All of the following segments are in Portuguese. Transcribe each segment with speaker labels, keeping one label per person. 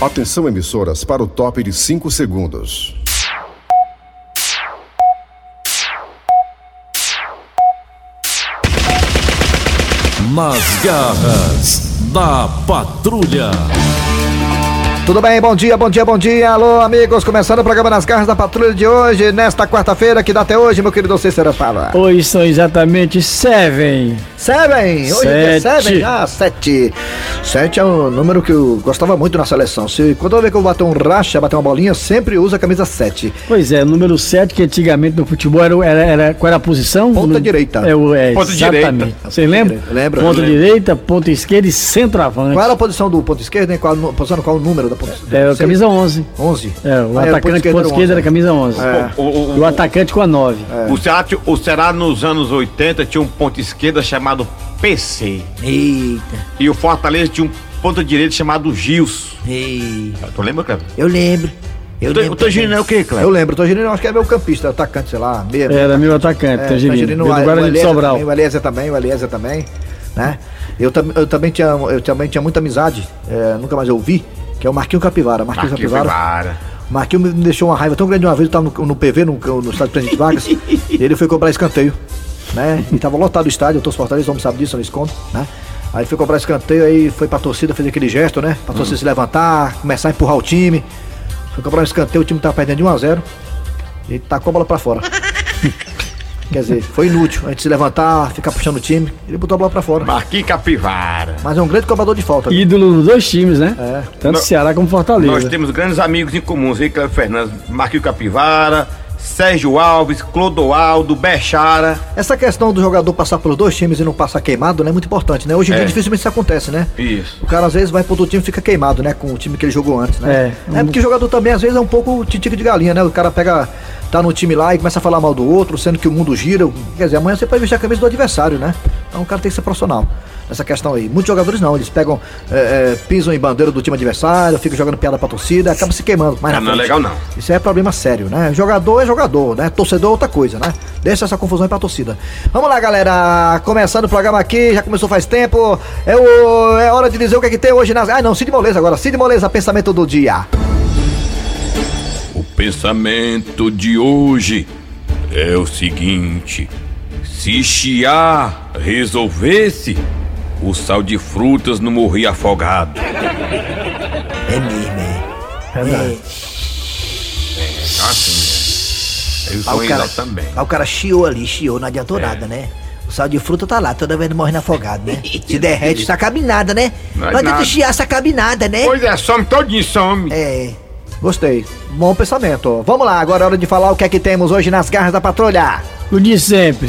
Speaker 1: Atenção emissoras para o top de 5 segundos.
Speaker 2: Nas garras da patrulha.
Speaker 3: Tudo bem, bom dia, bom dia, bom dia. Alô, amigos, começando o programa Nas Garras da Patrulha de hoje, nesta quarta-feira, que dá até hoje, meu querido Cícero Fala.
Speaker 4: Hoje são exatamente seven.
Speaker 3: Seven, hoje é
Speaker 4: Sete.
Speaker 3: seven, já sete. Sete é um número que eu gostava muito na seleção. Se quando eu ver que eu bater um racha, bater uma bolinha, sempre uso a camisa sete.
Speaker 4: Pois é, número 7, que antigamente no futebol era, era, era- qual era a posição?
Speaker 3: Ponta
Speaker 4: No-
Speaker 3: direita.
Speaker 4: É, o- é,
Speaker 5: Ponta
Speaker 4: exatamente.
Speaker 5: direita.
Speaker 4: Você lembra?
Speaker 3: Lembro.
Speaker 4: Ponta
Speaker 3: Lembro.
Speaker 4: direita, ponta esquerda e centroavante.
Speaker 3: Qual era a posição do ponto esquerdo, hein? Qual, nu- posição, qual o número da ponta esquerda?
Speaker 4: É, a camisa 11.
Speaker 3: 11.
Speaker 4: É, o
Speaker 3: Ah, era ponto
Speaker 4: atacante ponta
Speaker 3: era o
Speaker 4: esquerda
Speaker 3: 11.
Speaker 4: era camisa 11.
Speaker 3: É.
Speaker 5: O, o,
Speaker 4: E o atacante com a 9.
Speaker 5: o, Ceará ti- o Ceará nos anos 80 tinha um ponto esquerda chamado PC.
Speaker 6: Eita,
Speaker 5: E o Fortaleza tinha um ponto direito chamado Gils.
Speaker 6: eita.
Speaker 5: Tu lembra, Cleber?
Speaker 6: Eu lembro. Eu
Speaker 5: O teu-
Speaker 6: lembro.
Speaker 5: O Tangerino é o quê,
Speaker 3: Eu
Speaker 5: Cleber?
Speaker 3: lembro, Tangerino acho que é meu campista, atacante, sei lá, meia.
Speaker 4: Era meu atacante,
Speaker 7: tá
Speaker 4: Tangerino.
Speaker 3: o
Speaker 4: Meu do Guarani de
Speaker 3: Eliezer
Speaker 4: Sobral.
Speaker 3: É, também, O Eliezer também, o Eliezer também, né? Eu, tam- eu também, tinha, eu também tinha muita amizade, é, nunca mais ouvi, que é o Marquinho Capivara. Marquinho
Speaker 5: Aqui,
Speaker 3: Capivara.
Speaker 5: Vivara.
Speaker 3: Marquinho me deixou uma raiva tão grande uma vez, eu tava no, no PV, no, no estádio Presidente Vargas, e ele foi cobrar escanteio, né? E tava lotado o estádio, eu tô Fortaleza, o homem sabe disso, eu não escondo, né? Aí foi cobrar escanteio, aí foi pra torcida, fez aquele gesto, né? Pra torcida se levantar, começar a empurrar o time. Foi cobrar um escanteio, o time tava perdendo de 1x0, e tacou a bola pra fora. Quer dizer, foi inútil, antes de se levantar, ficar puxando o time, ele botou a bola pra fora.
Speaker 5: Marquinhos Capivara.
Speaker 3: Mas é um grande cobrador de falta.
Speaker 4: Ídolo nos dois times, né?
Speaker 3: É.
Speaker 4: Tanto
Speaker 5: Nós-
Speaker 4: Ceará como
Speaker 5: Nós
Speaker 4: Fortaleza.
Speaker 5: temos grandes amigos em comuns, hein, Cleber Fernandes? Marquinhos Capivara, Sérgio Alves, Clodoaldo, Bechara.
Speaker 3: Essa questão do jogador passar pelos dois times e não passar queimado, né? É muito importante, né? Hoje em
Speaker 5: É.
Speaker 3: dia dificilmente isso acontece, né?
Speaker 5: Isso.
Speaker 3: O cara às vezes vai pro outro time e fica queimado, né? Com o time que ele jogou antes, né?
Speaker 4: É.
Speaker 3: porque o jogador também às vezes é um pouco titica de galinha, né? O cara pega, tá no time lá e começa a falar mal do outro, sendo que o mundo gira. Quer dizer, amanhã você pode vestir a camisa do adversário, né? Então o cara tem que ser profissional nessa questão aí. Muitos jogadores não, eles pegam, é, é, pisam em bandeira do time adversário, ficam jogando piada pra torcida, acaba se queimando. Mas
Speaker 5: Ah, não é
Speaker 3: frente.
Speaker 5: legal, não.
Speaker 3: Isso é problema sério, né? Jogador é jogador, né? Torcedor é outra coisa, né? Deixa essa confusão aí pra torcida. Vamos lá, galera. Começando o programa aqui, já começou faz tempo. É, o... é hora de dizer o que é que tem hoje nas. Ah, não, Cid Moleza agora. Cid Moleza, pensamento do dia.
Speaker 8: O pensamento de hoje é o seguinte: se chiar resolvesse, o sal de frutas não morria afogado.
Speaker 6: É mesmo, é.
Speaker 5: Eu
Speaker 6: Ah,
Speaker 5: sou Isal também. É.
Speaker 6: ah, o cara chiou ali, chiou, não adiantou nada, né? O sal de fruta tá lá, toda vez morrendo afogado, né? Se derrete, tá cabinada, né?
Speaker 5: Não é
Speaker 6: Não adianta
Speaker 5: nada.
Speaker 6: chiar, essa cabinada, né?
Speaker 5: Pois é, some todinho, some.
Speaker 6: É.
Speaker 3: Gostei. Bom pensamento. Vamos lá, agora é hora de falar o que é que temos hoje nas garras da patrulha.
Speaker 4: O de sempre.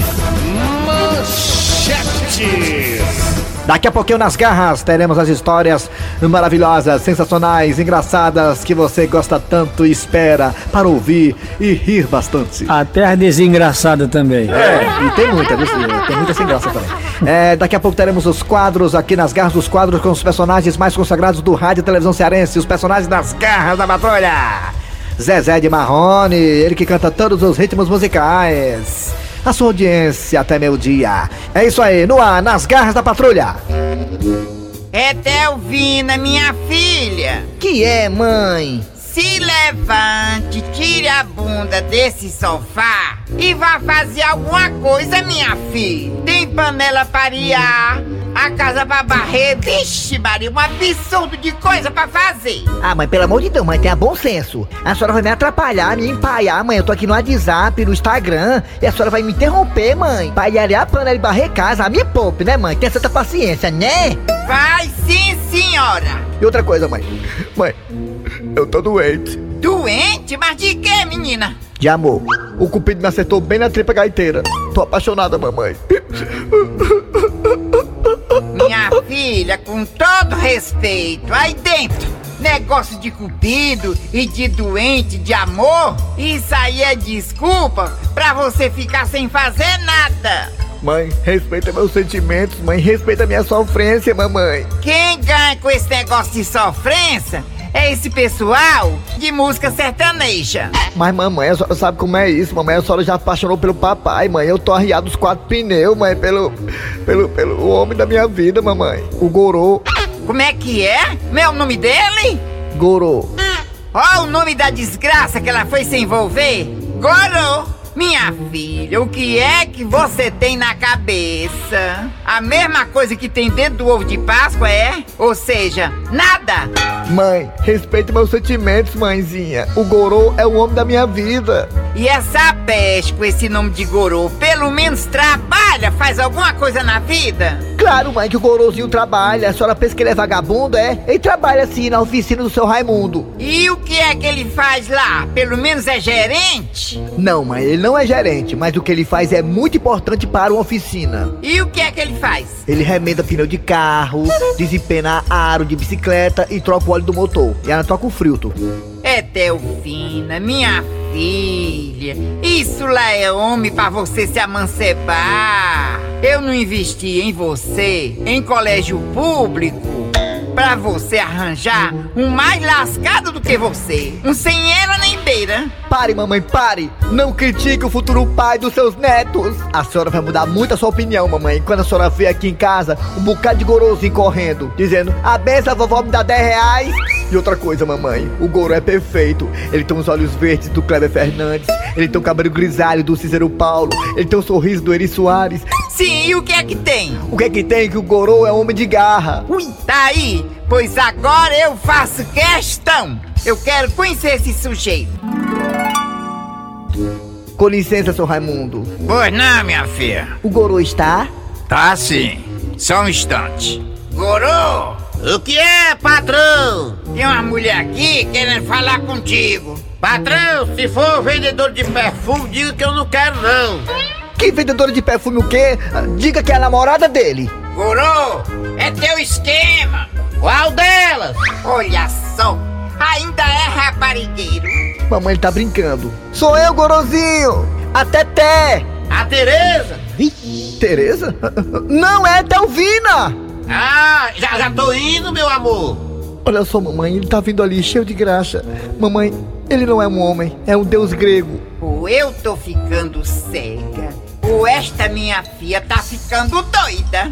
Speaker 3: Daqui a pouquinho nas garras teremos as histórias maravilhosas, sensacionais, engraçadas que você gosta tanto e espera para ouvir e rir bastante.
Speaker 4: A terra desengraçada também.
Speaker 3: É, e tem muita, viu? Cid? Tem muita sem graça também. É, daqui a pouco teremos os quadros aqui nas garras dos quadros com os personagens mais consagrados do rádio e televisão cearense, os personagens das garras da patrulha. Zezé de Marrone, ele que canta todos os ritmos musicais. A sua audiência até meu dia. É isso aí, no ar, nas garras da patrulha.
Speaker 9: É Delvina, minha filha.
Speaker 6: Que é, mãe?
Speaker 9: Se levante, tire a bunda desse sofá e vá fazer alguma coisa, minha filha. Tem panela para arear, a casa para barrer. Vixe, Maria, um absurdo de coisa para fazer.
Speaker 6: Ah, mãe, pelo amor de Deus, mãe, tenha bom senso. A senhora vai me atrapalhar, me empaiar, mãe. Eu tô aqui no WhatsApp, no Instagram, e a senhora vai me interromper, mãe. Pra ir arear a panela e barrer casa, me poupe, né, mãe? Tenha certa paciência, né?
Speaker 9: Vai sim, senhora.
Speaker 3: E outra coisa, mãe. Mãe, eu tô doente.
Speaker 9: Doente? Mas de quê, menina?
Speaker 3: De amor. O cupido me acertou bem na tripa gaiteira. Tô apaixonada, mamãe.
Speaker 9: Minha filha, com todo respeito, aí dentro, negócio de cupido e de doente de amor, isso aí é desculpa pra você ficar sem fazer nada.
Speaker 3: Mãe, respeita meus sentimentos, mãe, respeita minha sofrência, mamãe.
Speaker 9: Quem ganha com esse negócio de sofrência é esse pessoal de música sertaneja.
Speaker 3: Mas mamãe, a senhora sabe como é isso, mamãe. A senhora já apaixonou pelo papai, mãe. Eu tô arriado os quatro pneus, mãe, pelo. pelo. pelo homem da minha vida, mamãe. O Gorô.
Speaker 9: Como é que é? Meu nome dele?
Speaker 10: Goro.
Speaker 9: Ó o nome da desgraça que ela foi se envolver! Gorô! Minha filha, o que é que você tem na cabeça? A mesma coisa que tem dentro do ovo de Páscoa é? Ou seja, nada!
Speaker 3: Mãe, respeita meus sentimentos, mãezinha. O Gorô é o homem da minha vida.
Speaker 9: E essa peste com esse nome de Gorô, pelo menos trabalha, faz alguma coisa na vida?
Speaker 3: Claro, mãe, que o Gorozinho trabalha. A senhora pensa que ele é vagabundo, é? Ele trabalha assim na oficina do seu Raimundo.
Speaker 9: E o que é que ele faz lá? Pelo menos é gerente?
Speaker 3: Não, mãe, ele não é gerente, mas o que ele faz é muito importante para uma oficina.
Speaker 9: E o que é que ele faz?
Speaker 3: Ele remenda pneu de carro, desempena aro de bicicleta e troca o óleo do motor. E ela troca o filtro.
Speaker 9: É Delfina, minha filha. Isso lá é homem pra você se amancebar. Eu não investi em você, em colégio público, pra você arranjar um mais lascado do que você. Um sem ela nem beira.
Speaker 3: Pare, mamãe, pare! Não critique o futuro pai dos seus netos! A senhora vai mudar muito a sua opinião, mamãe, quando a senhora vê aqui em casa um bocado de gorozinho correndo, dizendo a benção, vovó me dá 10 reais! E outra coisa, mamãe, o Goro é perfeito. Ele tem os olhos verdes do Kleber Fernandes, ele tem o cabelo grisalho do Cícero Paulo, ele tem o sorriso do Eri Soares.
Speaker 9: Sim, e o que é que tem?
Speaker 3: O que é que tem que o Goro é homem de garra?
Speaker 9: Ui, tá aí! Pois agora eu faço questão! Eu quero conhecer esse sujeito!
Speaker 3: Com licença, seu Raimundo.
Speaker 11: Pois não, minha filha.
Speaker 3: O Goro está?
Speaker 11: Tá sim. Só um instante.
Speaker 9: Gorô!
Speaker 11: O que é, patrão?
Speaker 9: Tem uma mulher aqui querendo falar contigo!
Speaker 11: Patrão, se for um vendedor de perfume, diga que eu não quero, não.
Speaker 3: Que vendedora de perfume o quê? Diga que é a namorada dele.
Speaker 9: Gorô, é teu esquema!
Speaker 11: Qual delas?
Speaker 9: Olha só! Ainda é raparigueiro!
Speaker 3: Mamãe ele tá brincando. Sou eu, Gorozinho! A Teté!
Speaker 11: A Tereza?
Speaker 3: Tereza? Não é Telvina!
Speaker 11: Ah, já, já tô indo, meu amor.
Speaker 3: Olha só, mamãe, ele tá vindo ali cheio de graxa. Mamãe, ele não é um homem, é um deus grego.
Speaker 9: Ou eu tô ficando cega, ou esta minha filha tá ficando doida!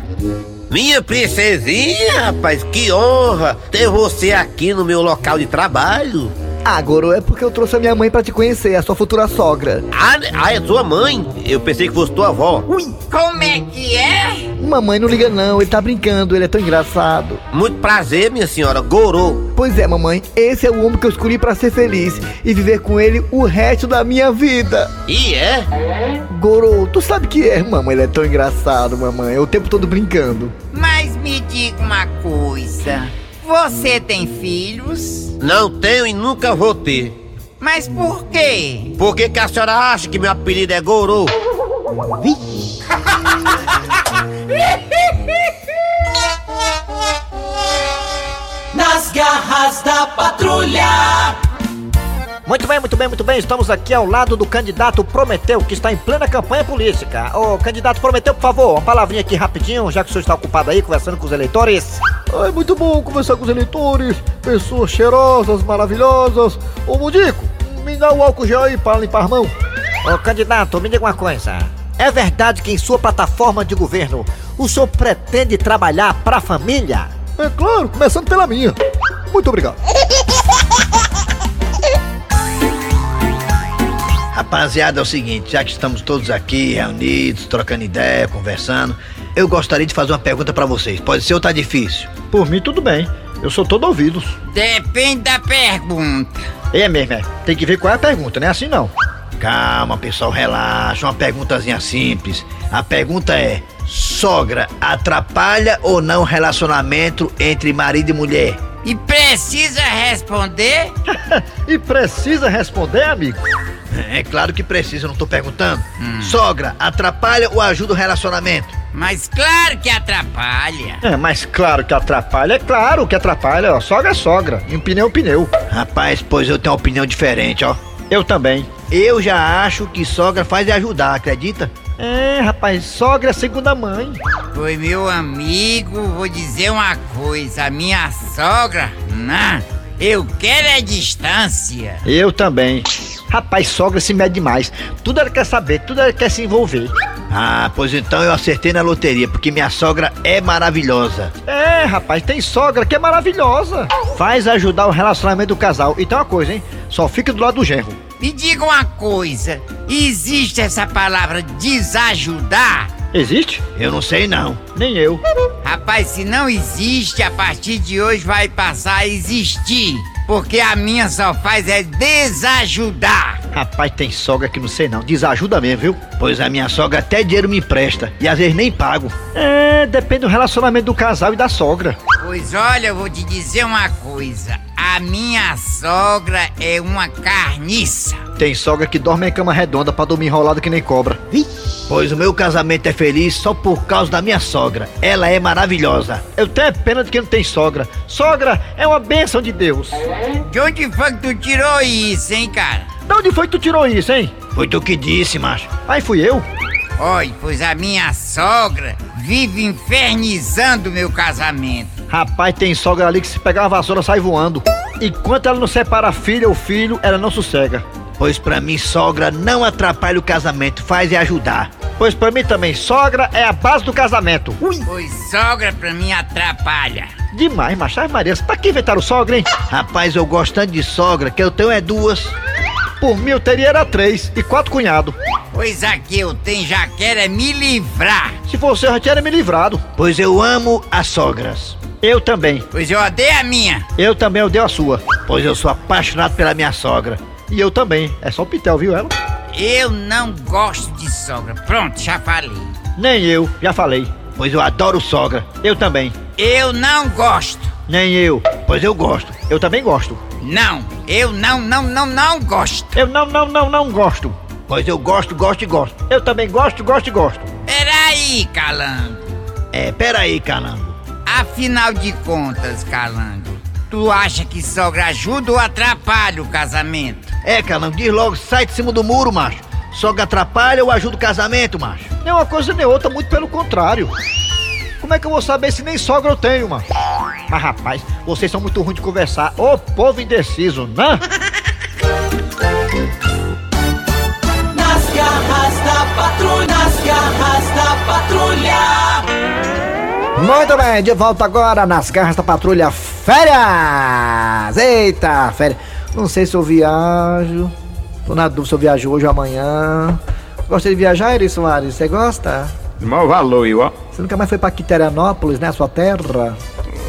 Speaker 11: Minha princesinha, rapaz, que honra ter você aqui no meu local de trabalho.
Speaker 3: Ah, Goro, é porque eu trouxe a minha mãe pra te conhecer, a sua futura sogra.
Speaker 11: Ah, né? ah, é sua mãe? Eu pensei que fosse tua avó.
Speaker 9: Ui, como é que é?
Speaker 3: Mamãe, não liga não, ele tá brincando, ele é tão engraçado.
Speaker 11: Muito prazer, minha senhora. Gorô.
Speaker 3: Pois é, mamãe, esse é o homem que eu escolhi pra ser feliz e viver com ele o resto da minha vida.
Speaker 11: E é?
Speaker 3: Goro, tu sabe que é, mamãe, ele é tão engraçado, mamãe, é o tempo todo brincando.
Speaker 9: Mas me diga uma coisa: você tem filhos?
Speaker 11: Não tenho e nunca vou ter.
Speaker 9: Mas por quê?
Speaker 11: Por que, que a senhora acha que meu apelido é Gorô?
Speaker 12: Nas garras da patrulha.
Speaker 13: Muito bem, muito bem, muito bem. Estamos aqui ao lado do candidato Prometeu, que está em plena campanha política. Ô, candidato Prometeu, por favor, uma palavrinha aqui rapidinho, já que o senhor está ocupado aí conversando com os eleitores.
Speaker 10: É muito bom conversar com os eleitores, pessoas cheirosas, maravilhosas. Ô, Mundico, me dá o álcool gel aí para limpar a mão.
Speaker 13: Ô, candidato, me diga uma coisa. É verdade que em sua plataforma de governo, o senhor pretende trabalhar para a família?
Speaker 10: É claro, começando pela minha. Muito obrigado.
Speaker 11: Rapaziada, é o seguinte, já que estamos todos aqui reunidos, trocando ideia, conversando, eu gostaria de fazer uma pergunta pra vocês. Pode ser ou tá difícil?
Speaker 14: Por mim, tudo bem. Eu sou todo ouvidos.
Speaker 9: Depende da pergunta.
Speaker 14: É mesmo, é. Tem que ver qual é a pergunta, né? Assim não.
Speaker 11: Calma, pessoal, relaxa. Uma perguntazinha simples. A pergunta é: sogra atrapalha ou não o relacionamento entre marido e mulher?
Speaker 9: E precisa responder?
Speaker 14: E precisa responder, amigo. Hum.
Speaker 11: É claro que precisa, eu não tô perguntando. Sogra atrapalha ou ajuda o relacionamento?
Speaker 9: Mas claro que atrapalha.
Speaker 14: É, mas claro que atrapalha, é claro que atrapalha, ó. Sogra é sogra. E um pneu é um pneu.
Speaker 11: Rapaz, pois eu tenho uma opinião diferente, ó.
Speaker 14: Eu também.
Speaker 11: Eu já acho que sogra faz é ajudar, acredita?
Speaker 14: É, rapaz, sogra é segunda mãe.
Speaker 9: Foi meu amigo, vou dizer uma coisa, a minha sogra, não, eu quero é distância.
Speaker 14: Eu também. Rapaz, sogra se mede demais. Tudo ela quer saber, tudo ela quer se envolver.
Speaker 11: Ah, pois então eu acertei na loteria, porque minha sogra é maravilhosa.
Speaker 13: É, rapaz, tem sogra que é maravilhosa. Faz ajudar o relacionamento do casal. E tem uma coisa, hein? Só fica do lado do genro.
Speaker 9: Me diga uma coisa: existe essa palavra desajudar?
Speaker 13: Existe?
Speaker 11: Eu não sei não.
Speaker 13: Nem eu.
Speaker 9: Rapaz, se não existe, a partir de hoje vai passar a existir. Porque a minha só faz é desajudar.
Speaker 13: Rapaz, tem sogra que não sei não. Desajuda mesmo, viu?
Speaker 11: Pois a minha sogra até dinheiro me empresta. E às vezes nem pago.
Speaker 13: É, depende do relacionamento do casal e da sogra.
Speaker 9: Pois olha, eu vou te dizer uma coisa. A minha sogra é uma carniça.
Speaker 13: Tem sogra que dorme em cama redonda pra dormir enrolado que nem cobra.
Speaker 11: Pois o meu casamento é feliz só por causa da minha sogra. Ela é maravilhosa.
Speaker 13: Eu tenho pena de quem não tem sogra. Sogra é uma bênção de Deus.
Speaker 9: De onde foi que tu tirou isso, hein, cara?
Speaker 13: De onde foi que tu tirou isso, hein?
Speaker 11: Foi tu que disse, macho.
Speaker 13: Aí fui eu.
Speaker 9: Oi, pois a minha sogra vive infernizando meu casamento.
Speaker 13: Rapaz, tem sogra ali que se pegar uma vassoura sai voando. Enquanto ela não separa a filha ou filho, ela não sossega.
Speaker 11: Pois pra mim, sogra não atrapalha o casamento, faz é ajudar.
Speaker 13: Pois pra mim também, sogra é a base do casamento.
Speaker 9: Ui. Pois sogra pra mim atrapalha.
Speaker 13: Demais, Machado Maria, pra que inventaram sogra, hein?
Speaker 11: Rapaz, eu gosto tanto de sogra que eu tenho é duas.
Speaker 13: Por mim eu teria era três e quatro cunhado.
Speaker 9: Pois aqui eu tenho já quero é me livrar.
Speaker 13: Se fosse eu já tinha me livrado.
Speaker 11: Pois eu amo as sogras.
Speaker 13: Eu também.
Speaker 9: Pois eu odeio a minha.
Speaker 13: Eu também odeio a sua.
Speaker 11: Pois eu sou apaixonado pela minha sogra.
Speaker 13: E eu também. É só o Pitel, viu ela?
Speaker 9: Eu não gosto de sogra. Pronto, já falei.
Speaker 13: Nem eu, já falei.
Speaker 11: Pois eu adoro sogra.
Speaker 13: Eu também.
Speaker 9: Eu não gosto.
Speaker 13: Nem eu.
Speaker 11: Pois eu gosto.
Speaker 13: Eu também gosto.
Speaker 9: Não, eu não, não, não, não gosto.
Speaker 13: Eu não, não, não, não gosto.
Speaker 11: Pois eu gosto, gosto e gosto.
Speaker 13: Eu também gosto, gosto e gosto.
Speaker 9: Peraí, calango.
Speaker 11: É, peraí, calango.
Speaker 9: Afinal de contas, calango, tu acha que sogra ajuda ou atrapalha o casamento?
Speaker 11: É, Calango, diz logo, sai de cima do muro, macho. Sogra atrapalha ou ajuda o casamento, macho?
Speaker 13: Nem É uma coisa nem outra, muito pelo contrário. Como é que eu vou saber se nem sogra eu tenho, macho? Mas rapaz, vocês são muito ruins de conversar. Ô povo indeciso, né?
Speaker 15: Nas garras da patrulha, nas garras da patrulha.
Speaker 3: Muito bem, de volta agora nas garras da patrulha férias! Eita, férias! Não sei se eu viajo. Tô na dúvida se eu viajo hoje ou amanhã. Gosta de viajar, Eri Soares? Você gosta?
Speaker 5: De mau valor, eu, ó.
Speaker 3: Você nunca mais foi pra Quiterianópolis, né? Sua terra?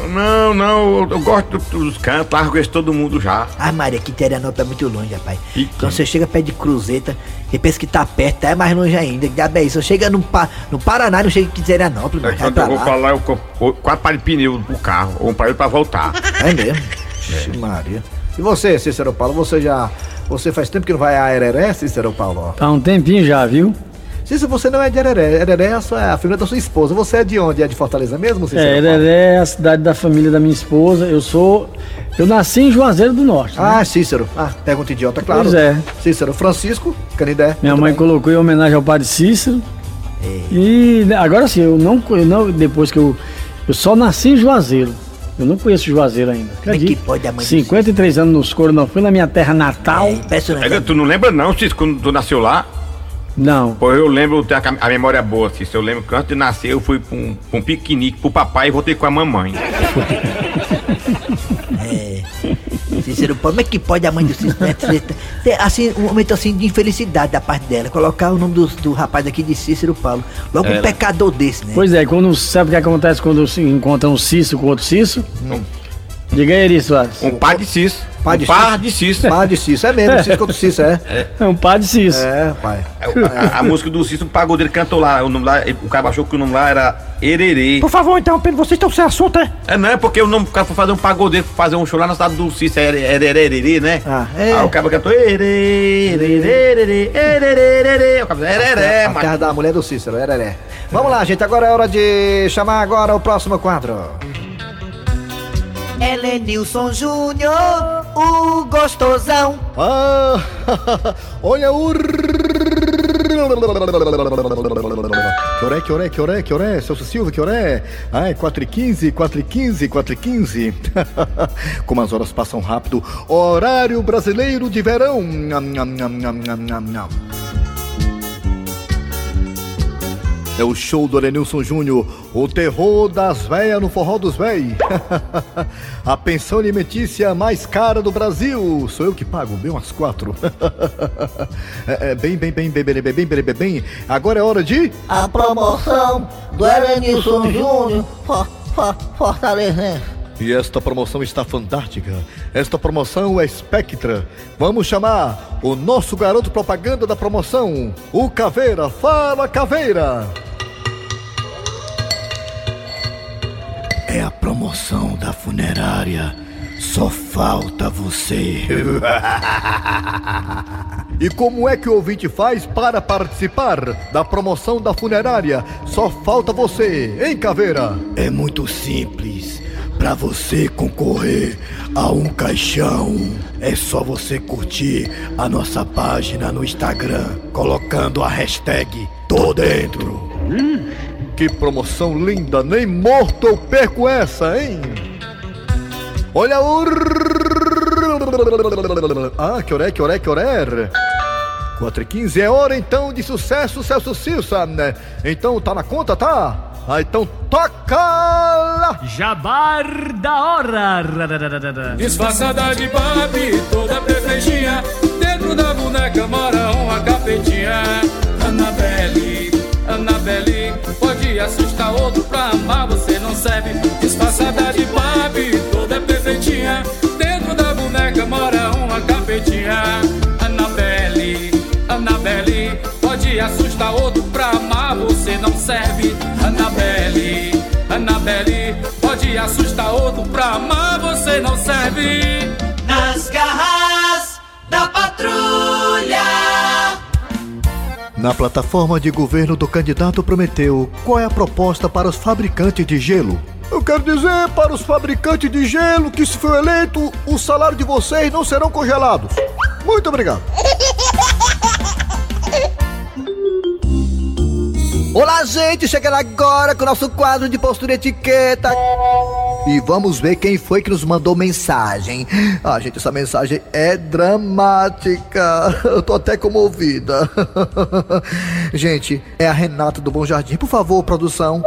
Speaker 5: Não, não, eu, eu gosto dos cantos, largo esse todo mundo já.
Speaker 3: Ah, Maria, Quiterianópolis é muito longe, rapaz. E então que? você chega perto de Cruzeta e pensa que tá perto, tá é mais longe ainda. Que diabo é isso? Chega no, pa, no Paraná, não chega em Quiterianópolis.
Speaker 5: É, quando eu vou lá. pra lá, eu compro quatro par de pneu pro carro, ou um par pra voltar.
Speaker 3: É mesmo? É. Maria. E você, Cícero Paulo, você já. Você faz tempo que não vai a Hereré, Cícero Paulo?
Speaker 4: Tá
Speaker 7: Há um tempinho já, viu?
Speaker 3: Cícero, você não é de Hereré. Hereré é a, sua, a família da sua esposa. Você é de onde? É de Fortaleza mesmo,
Speaker 7: Cícero É, Hereré é a cidade da família da minha esposa. Eu sou. Eu nasci em Juazeiro do Norte.
Speaker 3: Ah, né? Cícero. Ah, pergunta idiota, claro.
Speaker 7: Pois é.
Speaker 3: Cícero, Francisco, Canidé.
Speaker 7: Minha mãe bem. colocou em homenagem ao padre Cícero.
Speaker 6: É.
Speaker 7: E, e agora sim, eu não, eu não. Depois que eu. Eu só nasci em Juazeiro. Eu não conheço Juazeiro ainda.
Speaker 6: Como é que pode a mãe
Speaker 7: 53 anos nos coros, não fui na minha terra natal. É
Speaker 5: impressionante. É, tu não lembra não, Cis, quando tu nasceu lá?
Speaker 7: Não.
Speaker 5: Pô, eu lembro, a, a memória é boa, Cis. Eu lembro que antes de nascer eu fui pra um, pra um piquenique pro papai e voltei com a mamãe.
Speaker 6: é. Cícero, como é que pode a mãe do Cícero Neto ter assim, um momento assim de infelicidade da parte dela? Colocar o nome do, do rapaz aqui de Cícero Paulo. Logo é. um pecador desse, né?
Speaker 7: Pois é, quando, sabe o que acontece quando se encontra um Cícero com outro Cícero? Hum. Diga aí, Eri Soares.
Speaker 5: Um par de Cícero.
Speaker 3: Par de um par de Cícero. Par de Cícero, é mesmo, Cícero contra Cícero,
Speaker 7: é. É um par de Cícero.
Speaker 3: É, pai.
Speaker 5: A, a, a música do Cícero, o pagodeiro cantou lá, o nome lá, o cara achou que o nome lá era Ererê.
Speaker 7: Por favor, então, Pedro, vocês estão sem assunto, é?
Speaker 5: É, não, é porque o nome do cara foi fazer um pagodeiro, fazer um show lá na cidade do Cícero, é, era Ererê, né? Ah, é. Aí o cara cantou Ererê, Ererê, Ererê, o cara Ererê,
Speaker 3: mano. É, A terra da mulher do Cícero, Ererê. Vamos lá, gente, agora é hora de chamar agora o próximo quadro.
Speaker 15: Helenilson Júnior, o gostosão.
Speaker 3: Ah, olha o. Que oré, que oré, que oré, que oré, Celso Silva, que oré. Ai, 4 e 15, 4 e 15, 4 e 15. Como as horas passam rápido. Horário brasileiro de verão. Nham, nham, nham, nham, nham, nham.
Speaker 16: É o show do Arenilson Júnior, o terror das véias no forró dos véi. A pensão alimentícia mais cara do Brasil. Sou eu que pago, bem umas quatro. É, é, Bem, bem, bem, bem, bem, bem, bem, bem, bem, bem. Agora é hora de...
Speaker 3: A promoção do Elenilson Júnior for, for, Fortalezense.
Speaker 16: E esta promoção está fantástica. Esta promoção é Spectra. Vamos chamar o nosso garoto propaganda da promoção, o Caveira. Fala, Caveira!
Speaker 17: É a promoção da funerária. Só falta você.
Speaker 16: E como é que o ouvinte faz para participar da promoção da funerária? Só falta você, hein, Caveira?
Speaker 17: É muito simples. Para você concorrer a um caixão, é só você curtir a nossa página no Instagram, colocando a hashtag Tô Dentro.
Speaker 16: Que promoção linda, nem morto eu perco essa, hein? Olha o. Ah, que oré, que oré, que oré. 4 e 15 é hora então de sucesso, sucesso, Silsa. né? Então tá na conta, tá? Ah, então toca! lá!
Speaker 18: Jabar da hora!
Speaker 7: Disfarçada de Barbie, toda perfeitinha Dentro da boneca mora um uma capetinha Anabelle, Anabelle Pode assustar outro pra amar, você não serve Disfarçada de Barbie, toda perfeitinha Dentro da boneca mora uma capetinha Anabelle, Anabelle Pode assustar outro pra amar, você não serve Anabelle, Anabelle Pode assustar outro pra amar, você não serve
Speaker 9: Nas garras da patrulha.
Speaker 16: Na plataforma de governo do candidato Prometeu, qual é a proposta para os fabricantes de gelo? Eu quero dizer para os fabricantes de gelo que se for eleito, o salário de vocês não serão congelados. Muito obrigado.
Speaker 3: Olá, gente, chegando agora com o nosso quadro de postura e etiqueta.
Speaker 16: E vamos ver quem foi que nos mandou mensagem. Ah, gente, essa mensagem é dramática. Eu tô até comovida. Gente, é a Renata do Bom Jardim. Por favor, produção.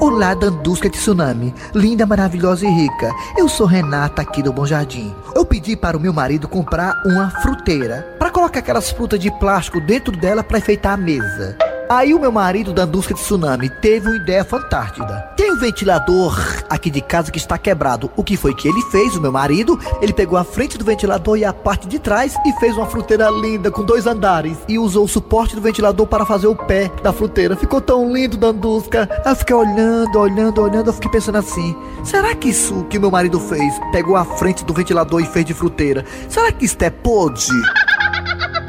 Speaker 3: Olá, Dandusca Tsunami, linda, maravilhosa e rica. Eu sou Renata aqui do Bom Jardim. Eu pedi para o meu marido comprar uma fruteira para colocar aquelas frutas de plástico dentro dela para enfeitar a mesa. Aí o meu marido, Dandusca Tsunami, teve uma ideia fantástica. Tem um ventilador aqui de casa que está quebrado. O que foi que ele fez, o meu marido? Ele pegou a frente do ventilador e a parte de trás e fez uma fruteira linda com dois andares e usou o suporte do ventilador para fazer o pé da fruteira. Ficou tão lindo, Dandusca. Eu fiquei olhando, olhando, olhando, eu fiquei pensando assim: será que isso que meu marido fez, pegou a frente do ventilador e fez de fruteira, será que isto é pode?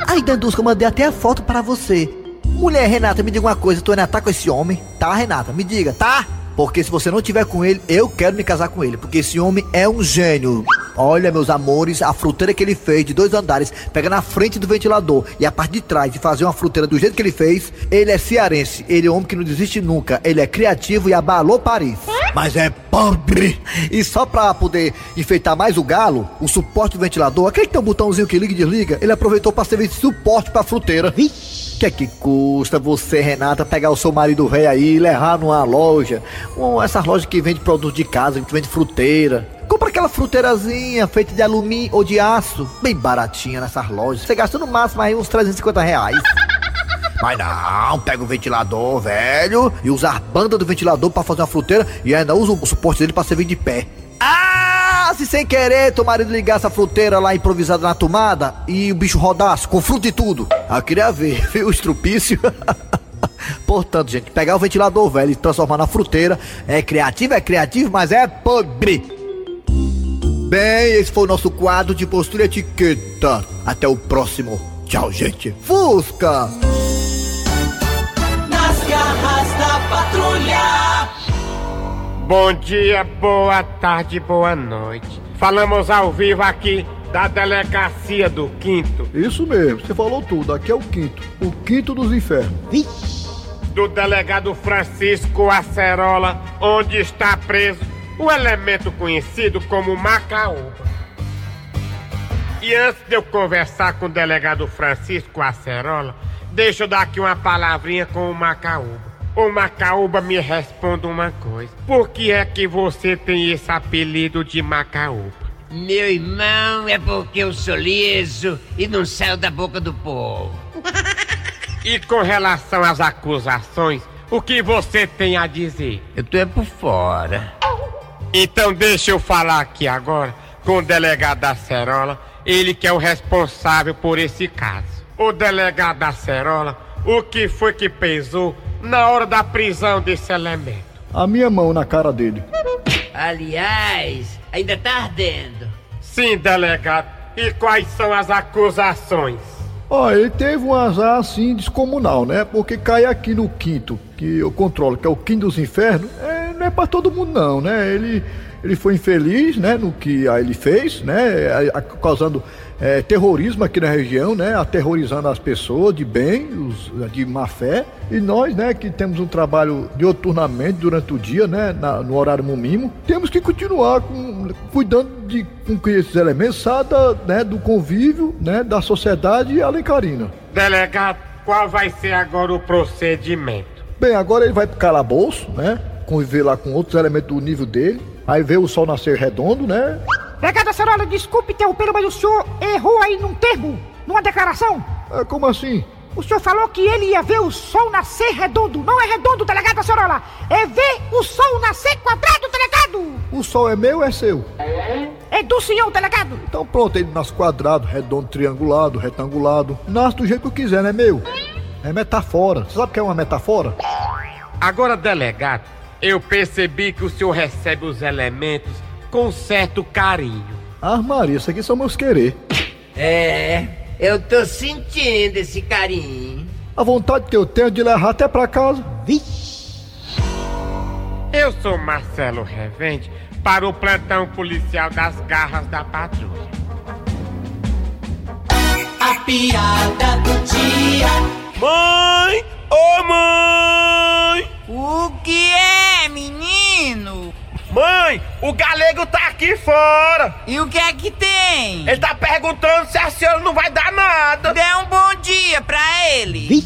Speaker 3: Aí, Dandusca, eu mandei até a foto para você.
Speaker 16: Mulher, Renata, me diga uma coisa, tu
Speaker 3: é
Speaker 16: ainda tá com esse homem?
Speaker 3: Tá, Renata? Me diga, tá? Porque se você não tiver com ele, eu quero me casar com ele, porque esse homem é um gênio. Olha, meus amores, a fruteira que ele fez de dois andares, pega na frente do ventilador e a parte de trás e fazer uma fruteira do jeito que ele fez, ele é cearense, ele é um homem que não desiste nunca, ele é criativo e abalou Paris. Mas é pobre! E só pra poder enfeitar mais o galo, o suporte do ventilador, aquele que tem um botãozinho que liga e desliga, ele aproveitou pra servir de suporte pra fruteira.
Speaker 16: Que é que custa você, Renata, pegar o seu marido velho aí e levar numa loja?
Speaker 3: Ou essas lojas que vende produtos de casa, que vende fruteira. Compra aquela fruteirazinha feita de alumínio ou de aço, bem baratinha nessas lojas. Você gasta no máximo aí uns 350 reais.
Speaker 17: Mas não, pega o ventilador, velho.
Speaker 3: E usa a banda do ventilador pra fazer uma fruteira e ainda usa o suporte dele pra servir de pé. Ah, se sem querer teu marido ligasse a fruteira lá improvisada na tomada e o bicho rodasse com fruta e tudo. Ah, eu queria ver, viu, o estrupício. Portanto, gente, pegar o ventilador velho e transformar na fruteira é criativo, é criativo, mas é pobre.
Speaker 16: Bem, esse foi o nosso quadro de postura e etiqueta. Até o próximo. Tchau, gente. Fusca!
Speaker 9: Nas garras da patrulha.
Speaker 11: Bom dia, boa tarde, boa noite. Falamos ao vivo aqui da delegacia do Quinto,
Speaker 16: Isso mesmo, você falou tudo. Aqui é o quinto. O quinto dos infernos.
Speaker 11: do delegado Francisco Acerola, onde está preso o elemento conhecido como Macaúba. E antes de eu conversar com o delegado Francisco Acerola,
Speaker 5: Deixa eu dar aqui uma palavrinha com o Macaúba. Ô Macaúba, me responda uma coisa. Por que é que você tem esse apelido de Macaúba?
Speaker 9: Meu irmão, é porque eu sou liso e não saio da boca do povo.
Speaker 5: E com relação às acusações, o que você tem a dizer?
Speaker 9: Eu tô é por fora.
Speaker 5: Então deixa eu falar aqui agora com o delegado Acerola, ele que é o responsável por esse caso. O delegado Acerola, o que foi que pesou na hora da prisão desse elemento?
Speaker 13: A minha mão na cara dele.
Speaker 9: Aliás, ainda tá ardendo.
Speaker 5: Sim, delegado. E quais são as acusações?
Speaker 13: Ó, ele teve um azar assim descomunal, né? Porque cair aqui no quinto, que eu controlo, que é o quinto dos infernos, é, não é pra todo mundo não, né? Ele, ele foi infeliz, né? No que aí ele fez, né? a- a- causando é, terrorismo aqui na região, né? Aterrorizando as pessoas de bem, os- de má fé. E nós, né, que temos um trabalho dioturnamente durante o dia, né? na- no horário mumimo, temos que continuar com- cuidando de com que esses elementos saiam da- né, do convívio, né? Da sociedade alencarina.
Speaker 5: Delegado, qual vai ser agora o procedimento?
Speaker 13: Bem, agora ele vai pro calabouço, né? Conviver lá com outros elementos do nível dele. Aí vê o sol nascer redondo, né?
Speaker 19: Delegado Acerola, desculpe interromper, mas o senhor errou aí num termo, numa declaração.
Speaker 13: como assim?
Speaker 19: O senhor falou que ele ia ver o sol nascer redondo. Não é redondo, delegado Acerola. É ver o sol nascer quadrado, delegado.
Speaker 13: O sol é meu ou é seu?
Speaker 19: É do senhor, delegado.
Speaker 13: Então pronto, ele nasce quadrado, redondo, triangulado, retangulado. Nasce do jeito que eu quiser, né, meu? É metafora. Você sabe o que é uma metafora?
Speaker 5: Agora, delegado, eu percebi que o senhor recebe os elementos com certo carinho.
Speaker 13: Ah, Maria, isso aqui são meus querer.
Speaker 9: É, eu tô sentindo esse carinho.
Speaker 13: A vontade que eu tenho é de levar até pra casa.
Speaker 5: Eu sou Marcelo Revende para o plantão policial das garras da patrulha.
Speaker 20: A piada do dia.
Speaker 21: Mãe! Ô mãe! O que é, menino? Mãe, o galego tá aqui fora! E o que é que tem? Ele tá perguntando se a senhora não vai dar nada! Dê um bom dia pra ele!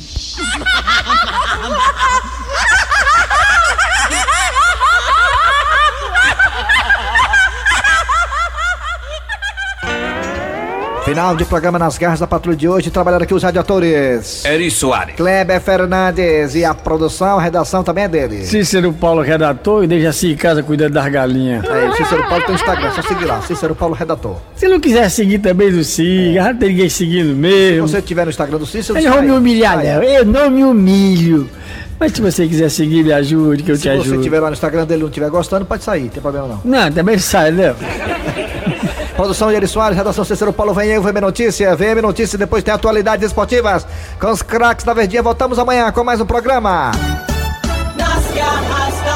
Speaker 3: Final de programa nas garras da patrulha de hoje. Trabalharam aqui os radiadores.
Speaker 11: Eri Soares.
Speaker 3: Kleber Fernandes e a produção, a redação também é dele.
Speaker 7: Cícero Paulo, redator, e deixa assim em casa cuidando das galinhas.
Speaker 3: É, Cícero Paulo tem o Instagram, só seguir lá, Cícero Paulo Redator.
Speaker 7: Se não quiser seguir também, não siga. Já não tem ninguém seguindo mesmo.
Speaker 3: Se você tiver no Instagram do Cícero,
Speaker 7: Eu não
Speaker 3: sai.
Speaker 7: vou me humilhar,
Speaker 3: Sai.
Speaker 7: não. Eu não me humilho. Mas se você quiser seguir, me ajude, que eu te
Speaker 3: Se você
Speaker 7: ajudo.
Speaker 3: tiver lá no Instagram dele e não estiver gostando, pode sair, não tem problema não.
Speaker 7: Não, também sai, né?
Speaker 3: Produção Yeri Soares, redação Cícero Paulo Venheu, VM Notícia, VM Notícia, depois tem atualidades esportivas. Com os craques da Verdinha, voltamos amanhã com mais um programa.
Speaker 20: Nas garras